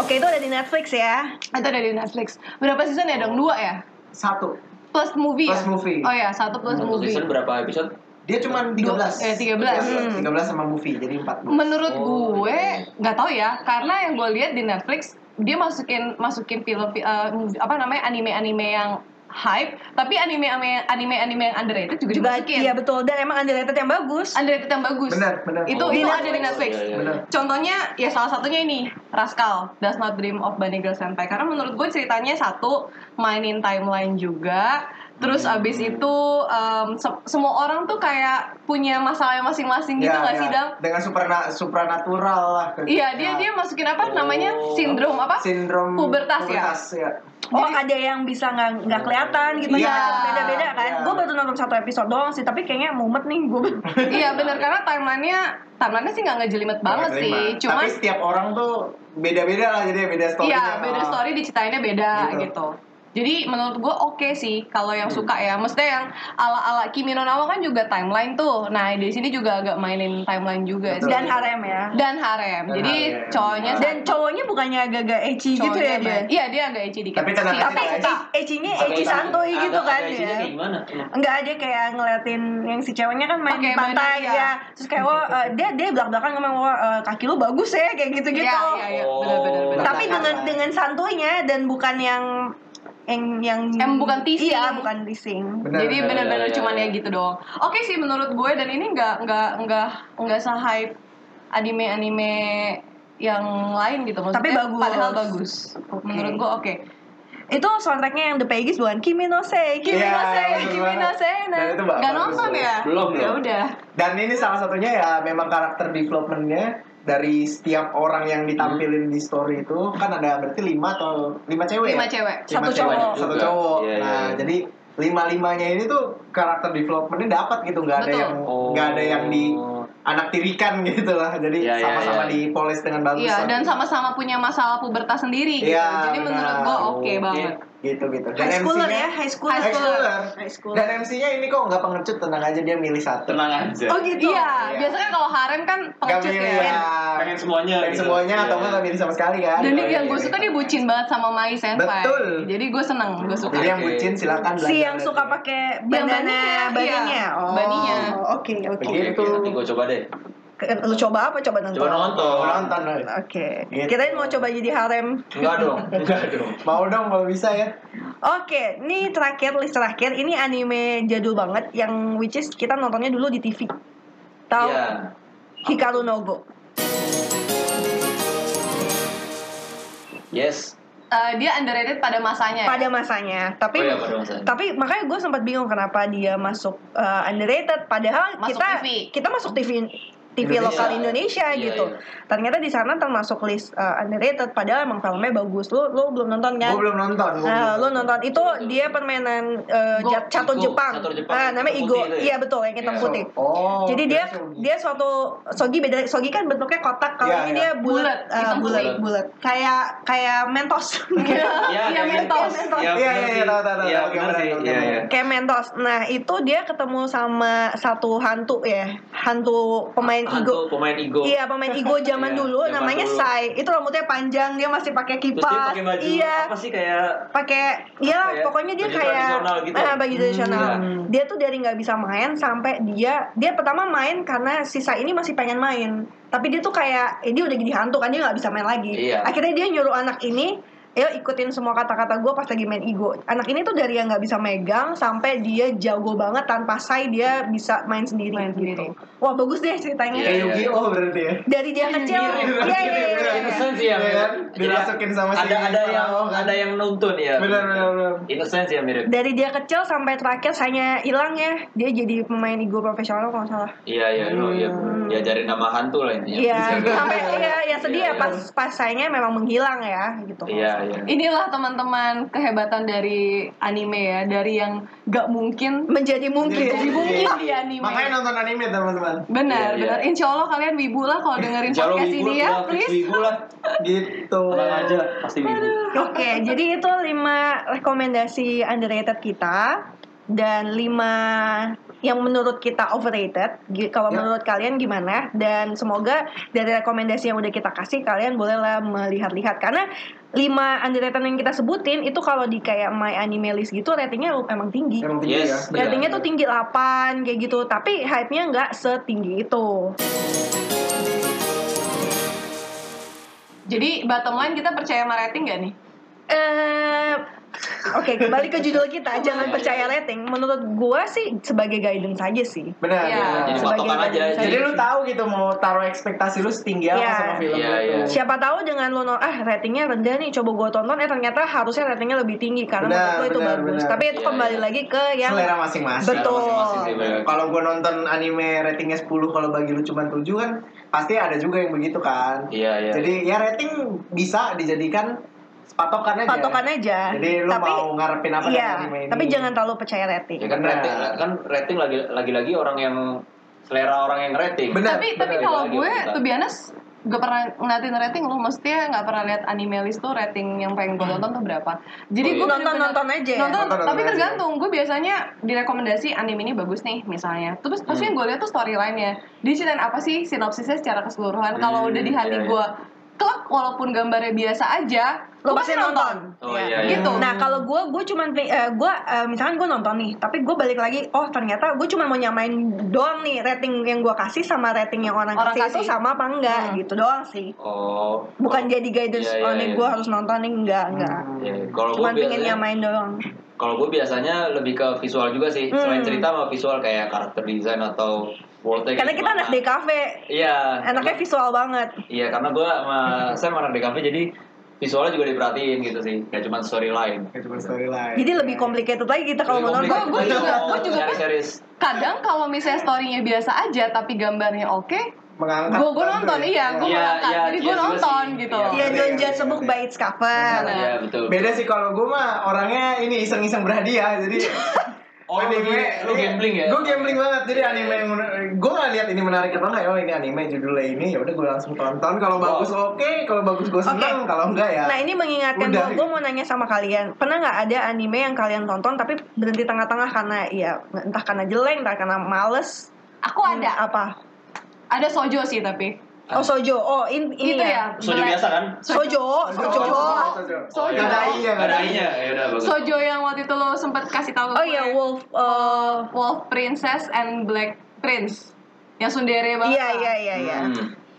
oke itu ada di Netflix ya Atau dari Netflix. Berapa season ya dong? Dua ya? satu Plus movie Plus ya? movie. Oh ya, satu plus Satu movie. season berapa episode? dia cuma Dua- 13 eh, Hmm. 13. 13 sama movie jadi 14 Menurut Oh, gue iya. nggak tahu ya, karena yang gue lihat di Netflix dia masukin masukin film uh, apa namanya anime-anime yang hype, tapi anime-anime anime-anime yang underrated juga, juga dimasukin. iya betul dan emang underrated yang bagus Underrated yang bagus. Benar, benar. Itu Oh, itu iya, ada di iya, Netflix. iya, iya. Benar. Contohnya ya salah satunya ini Rascal Does Not Dream of Bunny Girl Senpai karena menurut gue ceritanya satu mainin timeline juga terus Hmm. abis itu em, se- semua orang tuh kayak punya masalahnya masing-masing gitu Ya, nggak ya. sih dang? dengan superna supranatural lah Iya dia dia masukin apa namanya Oh. sindrom apa? Ya. sindrom Pubertas ya? ya. Oh Jadi- ada yang bisa nggak nggak kelihatan gitu Iya. ya beda-beda kan. Iya. Gue baru nonton satu episode doang sih, tapi kayaknya mumet nih gue. iya bener karena timelinenya timelinenya sih nggak ngejelimet banget Iya, Terima. sih, cuman tapi setiap orang tuh beda-beda lah jadi beda story Iya, beda story diceritain beda Gitu. gitu. Jadi menurut gue oke sih kalau yang suka ya. Maksudnya yang ala-ala Kimi no Na wa kan juga timeline tuh. Nah, di sini juga agak mainin timeline juga sih. Dan harem ya. dan harem. Dan Jadi harem. cowoknya Dan cowoknya bukannya agak-agak ecchi gitu cowoknya ya dia. baik. Iya, dia agak ecchi dikit. Tapi tenang Tapi Iya. ecchi- ecinya ecchi santuy Agak- gitu kan agak isinya ya. Kayak gimana? Enggak ada kayak ngeliatin yang si ceweknya kan main Oke, di pantai bener, iya. ya. Terus kayak wah eh, dia dia belak-belakan ngomong wah eh, kaki lu bagus ya kayak gitu-gitu. Iya, iya, iya. Benar benar benar. Tapi Belak-belakan. dengan dengan santuinya dan bukan yang yang yang Yang bukan teasing. Iya, bukan teasing. Benar, Jadi benar, benar-benar iya, cuman iya. ya gitu doang. Oke sih menurut gue dan ini nggak nggak nggak nggak se-hype anime-anime yang lain gitu maksudnya. Tapi bagus. Padahal bagus. Menurut gue oke. Itu soundtracknya yang The Peggy's bukan Kimi no Se, Kimi Iya, no Se, Kimi no Se. bener banget. Dan Nah. itu bagus. Gak nonton ya? Belum, Ya belum. udah. dan ini salah satunya ya memang karakter developmentnya dari setiap orang yang ditampilin di story itu kan ada berarti lima atau lima cewek Lima ya? cewek. Lima Satu cewek, cowok. satu Juga. cowok Iya, nah iya, iya. jadi lima limanya ini tuh karakter developmentnya dapat gitu nggak ada Betul. yang Oh. nggak ada yang di anak tirikan (laughs) gitu lah jadi Iya, iya, sama-sama iya. dipoles dengan bagus Iya, lah. dan sama-sama punya masalah pubertas sendiri gitu. Iya, Jadi menurut benar. gua oke banget. gitu gitu dan High schooler MC-nya- ya, high schooler. high schooler. High schooler. dan MC-nya ini kok nggak pengecut tenang aja dia milih satu Tenang aja. Oh gitu. Iya, Iya. biasanya kalau harem kan nggak pengecut milih ya. ya Pengen semuanya. pengen gitu. semuanya Iya. atau nggak nggak milih sama sekali kan Dan Iya, yang gue iya, suka iya. dia bucin banget sama Mai Senpai. Betul. Jadi gue seneng, gue suka. jadi yang Oke. bucin silakan Si belajar yang dari suka dia. pakai Yang bandana baninya, baninya. iya. Oh. Baninya. Oke, oke. Oke, Gitu. oke, nanti gue coba deh. Ke- Lu coba apa? Coba nonton. Coba nonton. Mau nonton Roy. Oke. Gitu. Kirain mau coba jadi harem. Enggak (laughs) dong. Enggak dong. mau dong kalau bisa ya Oke, ini terakhir list terakhir. Ini anime jadul banget yang which is kita nontonnya dulu di TV. Tahu? Iya. Hikaru Nogo. Yes. Eh, dia underrated pada masanya. ya? pada masanya tapi Oh iya, pada masanya. tapi makanya gue sempat bingung kenapa dia masuk eh, underrated padahal Masuk kita TV. kita masuk TV TV Indonesia. lokal Indonesia Iya, gitu iya. ternyata di sana termasuk list eh, underrated padahal emang filmnya bagus lo lo belum nonton kan Gue belum nonton. gua Nah, belum lo nonton itu dia permainan eh, Go- jat- catur Igo, Jepang, catur Jepang. Ah, namanya Hitam Igo, putih itu ya? iya betul yang hitam Iya. putih. Oh. Jadi dia Shogi. dia suatu sogi beda sogi kan bentuknya kotak kalau ini Iya, iya. dia bulat Bulat, eh, hitam bulat putih. bulat kayak kayak mentos (laughs) Iya, Iya, kayak Mentos. gitu. Iya, bener Iya, iya, sih. iya, tahu, tahu, tahu. Iya, Oke, bener bener, sih. oke, Iya, bener. iya. kayak mentos. Nah, itu dia ketemu sama satu hantu ya, hantu pemain Hantu Igo. pemain Igo. Iya, pemain (laughs) Igo zaman Iya, dulu zaman namanya dulu. Sai. Itu rambutnya panjang, dia masih pakai Terus dia kipas. pakai baju iya. apa sih kayak pakai iyalah Kayak pokoknya dia baju kayak tradisional gitu. ah, baju Hmm, tradisional iya. dia tuh dari nggak bisa main sampai dia dia pertama main karena sisa ini masih pengen main tapi dia tuh kayak eh, dia udah jadi hantu kan dia nggak bisa main lagi Iya. akhirnya dia nyuruh anak ini Ayo ikutin semua kata-kata gue pas lagi main ego. Anak ini tuh dari yang nggak bisa megang sampai dia jago banget tanpa say dia bisa main sendiri. Main gitu. sendiri. Wah bagus deh ceritanya. Kayak Iya, iya. Yu-Gi-Oh berarti ya. Dari dia kecil. Iya iya iya, iya. Innocence ya. Iya kan? Jadi Dirasukin sama si ada ada yang Faraon kan? ada yang nuntun ya. Benar, benar, benar. Innocence ya mirip. dari dia kecil sampai terakhir saya hilang ya dia jadi pemain ego profesional kalau nggak salah Iya iya no, iya. Diajarin nama hantu lah Hmm. (laughs) intinya. iya sampai iya ya sedih Iya, ya pas pas sayanya memang menghilang ya gitu Iya iya. Inilah teman-teman kehebatan dari anime ya, dari yang gak mungkin menjadi mungkin jadi mungkin di anime. Makanya nonton anime teman-teman. benar, Iya, iya. benar. Insya Allah kalian wibu lah kalau dengerin Insya Allah podcast wibu ini lah, ya, Fix please. wibu lah. Gitu. Tenang aja, pasti wibu. oke jadi itu lima rekomendasi underrated kita dan lima yang menurut kita overrated Gi- kalau Ya. menurut kalian gimana dan semoga dari rekomendasi yang udah kita kasih kalian bolehlah melihat-lihat karena lima underrated yang kita sebutin itu kalau di kayak my anime list gitu ratingnya emang tinggi Emang tinggi Yes. ya. Benar. Ratingnya tuh tinggi 8 kayak gitu, tapi hype-nya nggak setinggi itu. Jadi bottom line kita percaya sama rating gak nih? Eh Oke, kembali ke judul kita. Jangan percaya rating. Menurut gua sih sebagai guidance aja sih. Benar. Iya. benar. Jadi Sebagai patokan aja. guidance Jadi aja. lu tahu gitu mau taruh ekspektasi lu setinggi apa Iya. sama film Iya, itu. iya. Siapa tahu dengan lo no- ah ratingnya rendah nih, coba gua tonton eh ternyata harusnya ratingnya lebih tinggi karena Benar, menurut gua itu benar, bagus. benar. Tapi itu Iya, kembali iya. lagi ke yang Selera masing-masing. Betul. Masing-masing sih, benar. Kalau gua nonton anime ratingnya 10 kalau bagi lu cuma 7 kan pasti ada juga yang begitu kan. Iya iya. Jadi ya rating bisa dijadikan patokan aja. patokan aja. Jadi lu tapi mau ngarepin apa dari iya, anime ini? Iya. tapi jangan terlalu percaya rating. Ya kan Benar. rating kan rating lagi lagi lagi orang yang selera orang yang rating. Benar. tapi tapi benar, kalau lagi gue kita. tuh biasa gak pernah ngeliatin rating loh, maksudnya nggak pernah lihat anime list tuh rating yang pengen gue tonton tuh berapa. Jadi Hmm. Oh, iya. gue Nonton- bener-bener- nonton aja ya? Nonton, Nonton- tapi nonton aja. tergantung. Gue biasanya direkomendasi anime ini bagus nih misalnya. Terus Hmm. pasti yang gue lihat tuh storyline-nya. Dia ceritain apa sih sinopsisnya secara keseluruhan. Kalau Hmm, udah di hati iya, iya. gue klek walaupun gambarnya biasa aja, lo gue pasti nonton. Oh, Ya. iya, iya. Gitu. Nah, kalau gue gue cuman pe- eh, gue eh, misalkan gue nonton nih, tapi gue balik lagi, oh ternyata gue cuma mau nyamain doang nih rating yang gue kasih sama rating yang orang, Orang kasih, itu kasih. sama apa enggak Hmm. gitu doang sih. Oh. Bukan jadi guidance Iya, oh iya, nih iya. gue harus nonton nih enggak Hmm, enggak. Iya, Kalau gue Cuman pengen biasanya- nyamain doang. Kalau gue biasanya lebih ke visual juga sih. Selain Hmm. cerita sama visual kayak karakter design atau world kayak Karena kita gimana. anak DKV, Iya. anaknya karena- visual banget. Iya, karena gue sama saya sama anak DKV jadi visualnya juga diperhatiin gitu sih. Kayak cuma storyline. Kayak cuma gitu, storyline. Jadi lebih complicated lagi kita kalau mau Iya, Lebih nonton. kompleks. Gua- gua juga- Kalau gua juga nyari kan- series. kadang kalau misalnya storynya biasa aja tapi gambarnya oke, Mengangkat. ya. gue gue nonton iya, gue Iya, mengangkat. iya, Jadi iya gue juga nonton sih. gitu. Iya. Iya, don't judge a book by its cover. Iya, betul. Beda sih kalau gue mah orangnya ini iseng-iseng berhadiah jadi (laughs) Oh, lu gam- lu gambling ya? Gue gambling banget. Jadi anime yang gue nggak lihat ini menarik apa enggak. Oh ini anime judulnya ini ya udah gue langsung tonton. Kalau Wow. bagus oke, kalau bagus gue seneng, kalau enggak ya. Nah Iya. ini mengingatkan Udah. gue, gue mau nanya sama kalian Pernah nggak ada anime yang kalian tonton tapi berhenti tengah-tengah karena ya entah karena jelek, entah karena males Hmm, Aku ada. Apa? Ada sojo sih tapi. Oh sojo, oh in, ini Itu ya. Soju Bela- biasa kan? Sojo, sojo Oh, Gak ada i-nya, gak Ada ada i-nya. Ya udah bagus. Sojo yang waktu itu lo sempet kasih tahu ke Oh gue. ya? iya Wolf, eh, Wolf Princess and Black Prince. Yang sundere banget. iya iya iya iya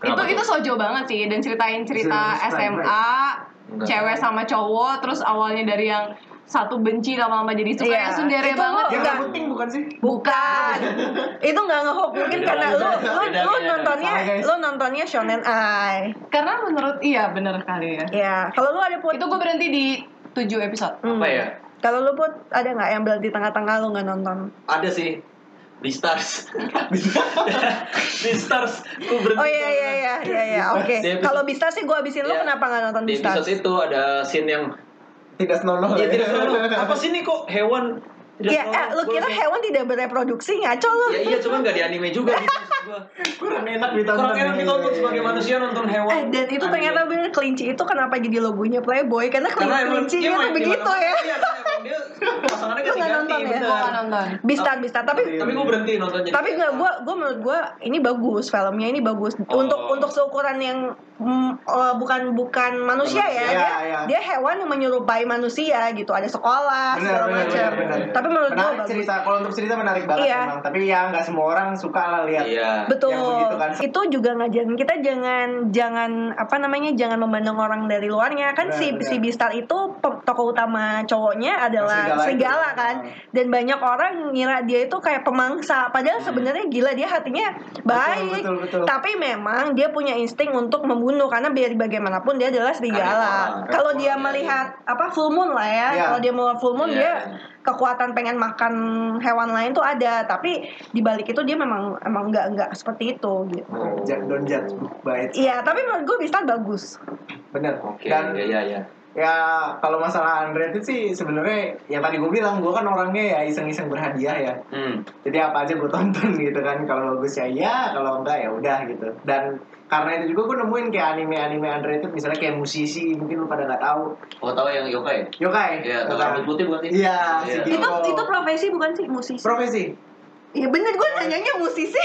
Hmm. Itu Kenapa itu tuh? sojo banget sih dan ceritain cerita Cerita SMA, strike, cewek sama cowok terus awalnya dari yang satu benci lama-lama jadi suka Iya. yang sundere Itu banget lo- Yang Bukan. rambut pink bukan sih? Bukan. itu nggak ngehook mungkin Beda, karena beda, lu beda, lu beda, lu beda. nontonnya Salah, guys. lu nontonnya shonen ai. karena menurut iya bener kali ya Ya, kalau lu ada put itu gue berhenti di 7 episode Hmm. Apa ya? Kalau lu put ada nggak yang berarti tengah-tengah lu nggak nonton? Ada sih di (laughs) stars. di stars. Gue berhenti. Oh iya iya iya iya iya. Oke. Di episode- Kalau bisa sih gua habisin lu Iya. kenapa nggak nonton Di bisa? episode itu ada scene yang Tidak senonoh. ya tidak selalu. Apa sih ini kok hewan? tidak Ya, Oh, iya. selalu?" eh, lu Gua kira langsung, hewan tidak bereproduksi ngaco lu? Ya iya cuman gak di anime juga gitu maksud gua. Kurang enak ditonton. Kurang enak Iya, ditonton sebagai manusia nonton hewan. Eh, dan itu Anime. ternyata bener kelinci itu kenapa jadi logonya Playboy? Karena, emang- kelinci iya, itu emang begitu dimana-mana. ya. Iya, karena emang dia pasangannya Lu nggak ganti-ganti, nonton ya? bener. gue gak nonton Bistar, bistar. Iya. Tapi Tapi gue berhenti nonton jadi tapi nggak biasa. gue gue menurut gue ini bagus filmnya ini bagus untuk Oh. untuk seukuran yang mm, eh, bukan bukan manusia ya iya, Manusia, dia, ya. dia hewan yang menyerupai manusia gitu ada sekolah Benar, segala benar, macam benar, benar. tapi menurut gue menarik bagus cerita. Kalau untuk cerita menarik banget Iya. memang. Tapi ya nggak semua orang suka lah lihat. Iya. betul Yang begitu kan. itu juga ngajarin kita jangan jangan apa namanya jangan memandang orang dari luarnya kan Benar, si benar. si Bistar itu pe- tokoh utama cowoknya adalah Serigala itu. serigala kan dan banyak orang ngira dia itu kayak pemangsa padahal sebenarnya gila dia hatinya baik Iya. betul, betul. tapi memang dia punya insting untuk membunuh karena biar bagaimanapun dia adalah serigala Karnivora, kalau karnivora, dia iya, melihat apa full moon lah ya Iya. kalau dia mau full moon Iya, dia iya. kekuatan pengen makan hewan lain tuh ada tapi dibalik itu dia memang emang nggak nggak seperti itu gitu Bukan judge- Don't judge book by its- Iya, tapi menurut gue Bistar bagus. Bener. Oke, Dan iya iya iya. ya kalau masalah unrated sih sebenarnya yang tadi gue bilang gue kan orangnya ya iseng-iseng berhadiah ya. Hmm. jadi apa aja gue tonton (laughs) gitu kan kalau bagus ya iya kalau enggak ya udah gitu dan karena itu juga gue nemuin kayak anime-anime underrated misalnya kayak musisi mungkin lu pada nggak tahu Oh tahu yang yokai? yokai Iya, tahu tentang rambut putih bukan sih? Iya, si Iya. Gio. Itu Oh. itu profesi bukan sih musisi. profesi Iya bener gue nanyanya musisi. (laughs)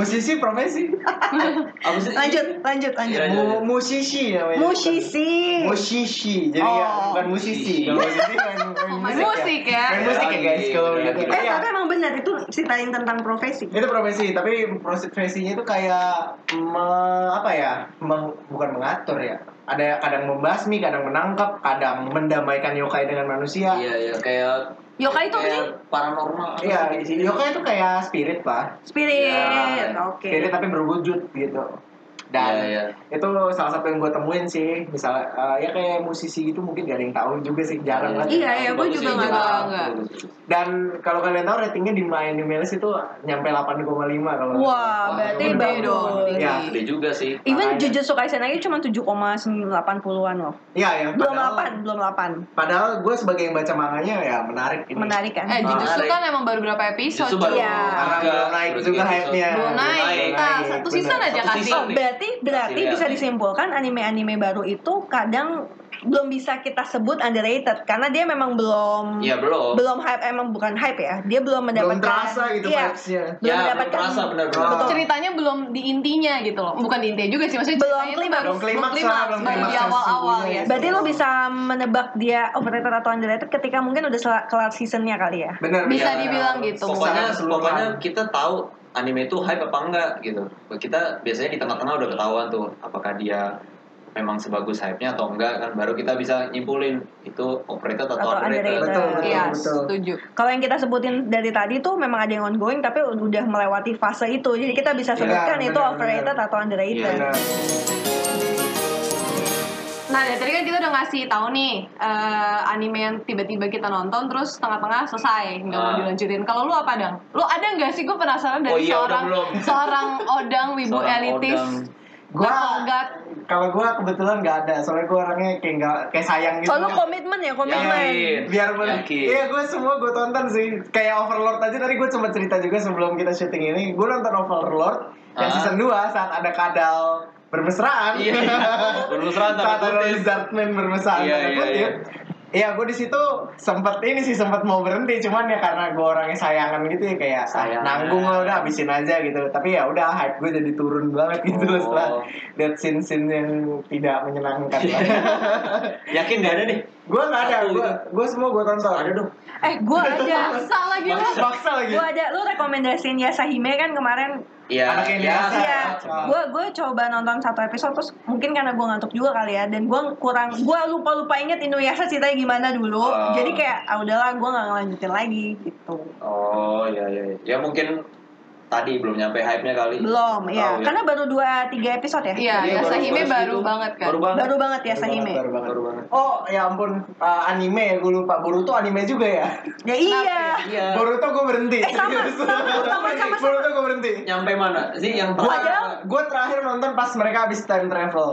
musisi (laughs) profesi Apa sih? lanjut, lanjut, lanjut. Iya, iya. Mu- musisi namanya Musisi. musisi jadi ya Oh. bukan musisi Musisi. kalau musisi main, main Main musik, musik ya. ya. main musik ya guys kalau Iya, gitu Eh, Iya. tapi emang bener itu ceritain tentang profesi. itu profesi tapi profesinya itu kayak me- apa ya meng- bukan mengatur ya ada kadang membasmi kadang menangkap kadang mendamaikan yokai dengan manusia Iya iya kayak Yokai itu apa Iya. kayak sih? paranormal. apa Iya, sih di sini? yokai itu kayak spirit lah Spirit. Iya. Oke. spirit tapi berwujud gitu dan Iya, iya. itu salah satu yang gue temuin sih misalnya eh, ya kayak musisi gitu mungkin gak ada yang tahu juga sih jarang lah Iya, iya, gua Bagus juga sih, nggak juga. tahu. Nggak. dan kalau kalian tahu ratingnya di Miami Melis itu nyampe 8,5 kalau Wah, berarti Wah, bagus. dong. Iya. Gede juga sih. Even Makanya. Jujutsu Kaisen aja cuma 7,980-an loh. Iya ya Belum padahal- 8, belum 8. Padahal gue sebagai yang baca manganya ya menarik ini. Menarik kan? eh Jujutsu Menarik. kan emang baru berapa episode Justru Nah, baru Iya. Karena tiga, belum naik baru juga tiga hype-nya. episode. Belum naik, Belum Kak. naik, Satu season bener. aja Satu kasih. season Oh, nih. berarti berarti Iya. bisa disimpulkan anime-anime baru itu kadang belum bisa kita sebut underrated karena dia memang belum Iya belum. belum hype emang bukan hype ya. Dia belum mendapatkan kan? Belum terasa gitu Iya. Belum vibes-nya. Ya, belum mendapatkan terasa, benar-benar. Betul. ceritanya belum di intinya gitu loh bukan di intinya juga sih maksudnya Belum ceritanya tuh klimaks. baru- Belum klimaks, klimaks, belum baru di klimaks awal-awal sesungguhnya ya itu. Berarti lo bisa menebak dia overrated atau underrated ketika mungkin udah sel- kelar seasonnya kali ya. Bener, iya. Bisa bener. dibilang gitu. Pokoknya Secara keseluruhan. pokoknya kita tahu anime itu hype apa enggak gitu. Kita biasanya di tengah-tengah udah ketahuan tuh apakah dia memang sebagus hype-nya atau enggak kan baru kita bisa nyimpulin itu operator atau, Atau underrated. underrated. Betul, betul, Iya, betul. setuju Kalau yang kita sebutin dari tadi tuh memang ada yang ongoing tapi udah melewati fase itu. Jadi kita bisa Iya, sebutkan itu benar, overrated benar. atau underrated. Iya, Bener. nah dari tadi kan kita udah ngasih tahu nih eh, anime yang tiba-tiba kita nonton terus tengah-tengah selesai nggak mau Ah. dilanjutin kalau lu apa dang lu ada nggak sih gue penasaran Oh dari iya, udah seorang belum. seorang odang wibu Seorang elitis (laughs) odang. Gua- Gak Kalau gue kebetulan nggak ada, soalnya gue orangnya kayak nggak kayak sayang gitu. Oh, lo komitmen ya, komitmen. Yakin. biar men- Yakin. iya gue semua gue tonton sih kayak Overlord aja tadi gue sempat cerita juga sebelum kita syuting ini gue nonton Overlord yang Ah. season 2 saat ada kadal bermesraan Iya, iya. Bermesraan tanda saat ada kutip. lizardman bermesraan Iya, tanda iya, kutip. iya. Iya, gue di situ sempat ini sih sempat mau berhenti, cuman ya karena gue orangnya sayangan gitu ya kayak Sayangan. nanggung lah udah habisin aja gitu. Tapi ya udah hype gue jadi turun banget gitu loh Oh. Iya. (laughs) setelah lihat scene-scene yang tidak menyenangkan. lah. Yakin gak ada nih? Gue nggak ada, Satu gue gitu. gue semua gue tonton. Ada dong. Eh, gua (laughs) ada. Maksa lagi lo. Maksa lagi. Iya. gua ada. Lu rekomendasiin Yasahime kan kemarin Iya. Anak yang biasa. Iya, Ah. gue gue coba nonton satu episode terus mungkin karena gue ngantuk juga kali ya dan gue kurang gue lupa lupa inget Inuyasha ceritanya gimana dulu Oh. jadi kayak ah udahlah gue nggak ngelanjutin lagi gitu Oh iya iya. Ya mungkin tadi belum nyampe hype-nya kali. belum ya Oh, iya. Tahu, karena baru dua tiga episode ya Iya, Iya, ya baru- Sahime baru baru itu. banget kan. Baru banget. baru banget ya Sahime Baru banget, Baru baru banget. banget. Oh ya ampun, Eh, anime ya gue lupa. Boruto anime juga (laughs) ya. ya iya Iya. Boruto gue berhenti. Eh, sama, Serius. sama, sama, sama, sama. Boruto gue berhenti. Nyampe mana sih yang Gua- terakhir? Padahal- Gue terakhir nonton pas mereka habis time travel.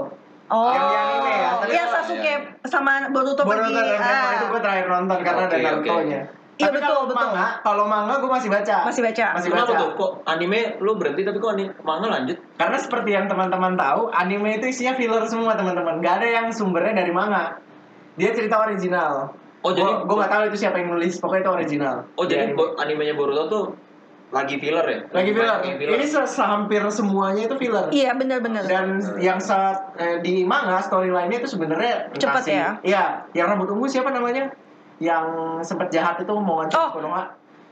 oh Yang di anime ya, tapi- Iya, Sasuke Iya. sama Boruto, Boruto pergi time travel ah. itu gue terakhir nonton karena ada Oke, oke. Naruto-nya. Iya, Tapi betul, kalau betul. Manga, kalau manga gue masih baca. Masih baca. Masih Kenapa baca. tuh? Kok anime lu berhenti tapi kok anime manga lanjut? Karena seperti yang teman-teman tahu, anime itu isinya filler semua teman-teman. Gak ada yang sumbernya dari manga. Dia cerita original. Oh, jadi- gue gak tahu itu siapa yang nulis. Pokoknya itu original. Oh jadi Di anime. bo- animenya Boruto tuh lagi Ah, filler ya? Iya, lagi filler. banyak yang Ini se- hampir semuanya itu filler. iya bener-bener Dan yang saat eh, di manga storyline-nya itu sebenarnya entah Cepet si- ya? Iya, yang rambut ungu siapa namanya? Yang sempat jahat itu mau ngancam Oh. Konoha.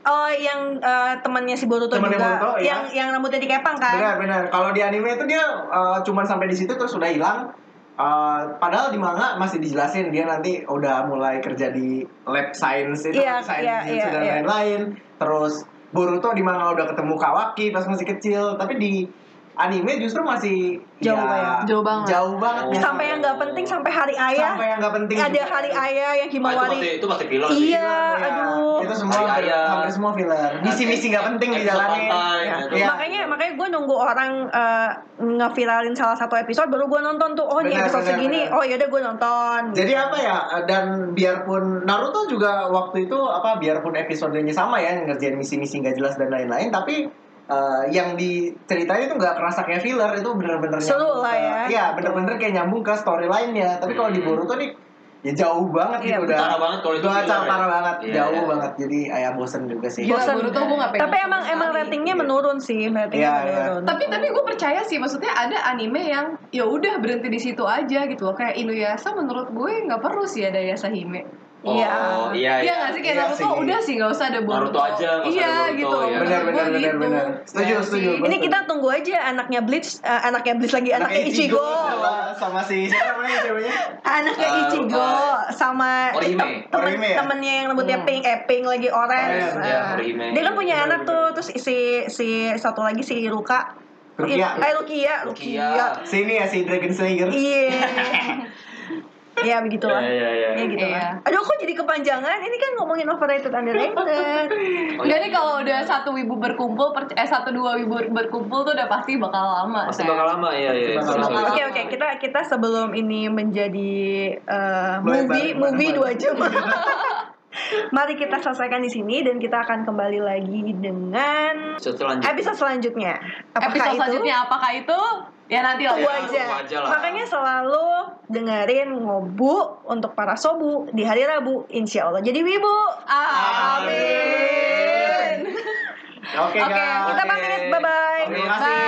oh yang eh, temannya si Boruto Temannya juga Boruto, ya. yang yang rambutnya dikepang kan Benar, benar. Kalau di anime itu dia eh, cuman sampai di situ terus sudah hilang. Eh, padahal di manga masih dijelasin dia nanti udah mulai kerja di lab science itu, Iya, science iya, jutsu iya, dan iya. lain-lain. Terus Boruto di manga udah ketemu Kawaki pas masih kecil, tapi di anime justru masih Jauh banget. ya, Jauh banget. Jauh banget. Oh. sampai yang nggak penting sampai hari ayah Sampai yang nggak penting. ada juga. hari ayah yang Ah, itu himawari pasti itu pasti filler sih. iya Iya, aduh Itu semua hampir, Ayah. hampir semua filler. Misi-misi nggak penting Episode dijalani. pantai, Ya, gitu. Iya. makanya makanya gue nunggu orang eh, ngeviralin salah satu episode baru gue nonton tuh oh ini Benar, episode benar, segini benar. oh yaudah gue nonton Jadi apa ya? Dan biarpun Naruto juga waktu itu apa? Biarpun episodenya sama ya, yang ngerjain misi-misi nggak jelas dan lain-lain, tapi eh, yang diceritain itu nggak kerasa kayak filler itu bener-bener Seru nyambung lah ke- ya. Iya, bener-bener kayak nyambung ke storyline-nya. Tapi kalau di Hmm. Boruto nih ya jauh banget Iya, gitu udah. parah banget kalau itu Udah filler ya. parah banget, Iya, jauh iya. banget. Jadi ayah bosen juga sih. Gila, Bosan. Boruto gue nggak pengen tapi sama emang emang sekali. ratingnya menurun sih ratingnya Iya, iya. menurun tapi tapi gue percaya sih maksudnya ada anime yang ya udah berhenti di situ aja gitu loh kayak Inuyasha menurut gue nggak perlu sih ada Yasahime Oh, Iya. iya. Iya nggak sih kayak Iya Naruto sih. udah sih nggak usah ada Boruto. Naruto aja, nggak usah Iya ada Boruto, gitu. loh, iya. menurut Benar, gue benar, gitu. benar, benar. Setuju, Nggak setuju. sih? ini kita tunggu aja anaknya Bleach eh, anaknya Bleach lagi anaknya, Ichigo, sama, sama si siapa namanya ceweknya? anaknya Eh, Ichigo lupa. sama Orihime. tem- temen- Orihime ya? temennya yang rambutnya Hmm. pink eh pink lagi orange Orange, ya, Nah, Orihime. dia kan punya Iya, Benar, anak benar. tuh terus si si satu lagi si Ruka Rukia. Eh, Rukia Rukia. Rukia Sini ya si Dragon Slayer. (laughs) Iya. ya begitulah. Iya, iya, iya. Ya gitu Iya. lah. Aduh kok jadi kepanjangan? Ini kan ngomongin overrated underrated. Oh, iya. Jadi kalau udah satu wibu berkumpul, perc- eh satu dua wibu berkumpul tuh udah pasti bakal lama. Pasti Shay. bakal lama ya ya. Pasti bakal lama. Oke oke kita kita sebelum ini menjadi eh, Melebar, movie melebar. movie dua (laughs) jam. Mari kita selesaikan di sini dan kita akan kembali lagi dengan Setelanjutnya. episode selanjutnya. Apakah Episode itu? selanjutnya apakah itu? Ya nanti lah. Tunggu ya. aja. tunggu Iya, aja lah. Makanya selalu dengerin ngobu untuk para sobu di hari Rabu, insya Allah. Jadi wibu. Amin. Ah. Amin. Oke, Oke, guys. Kita pamit, bye-bye. Terima kasih.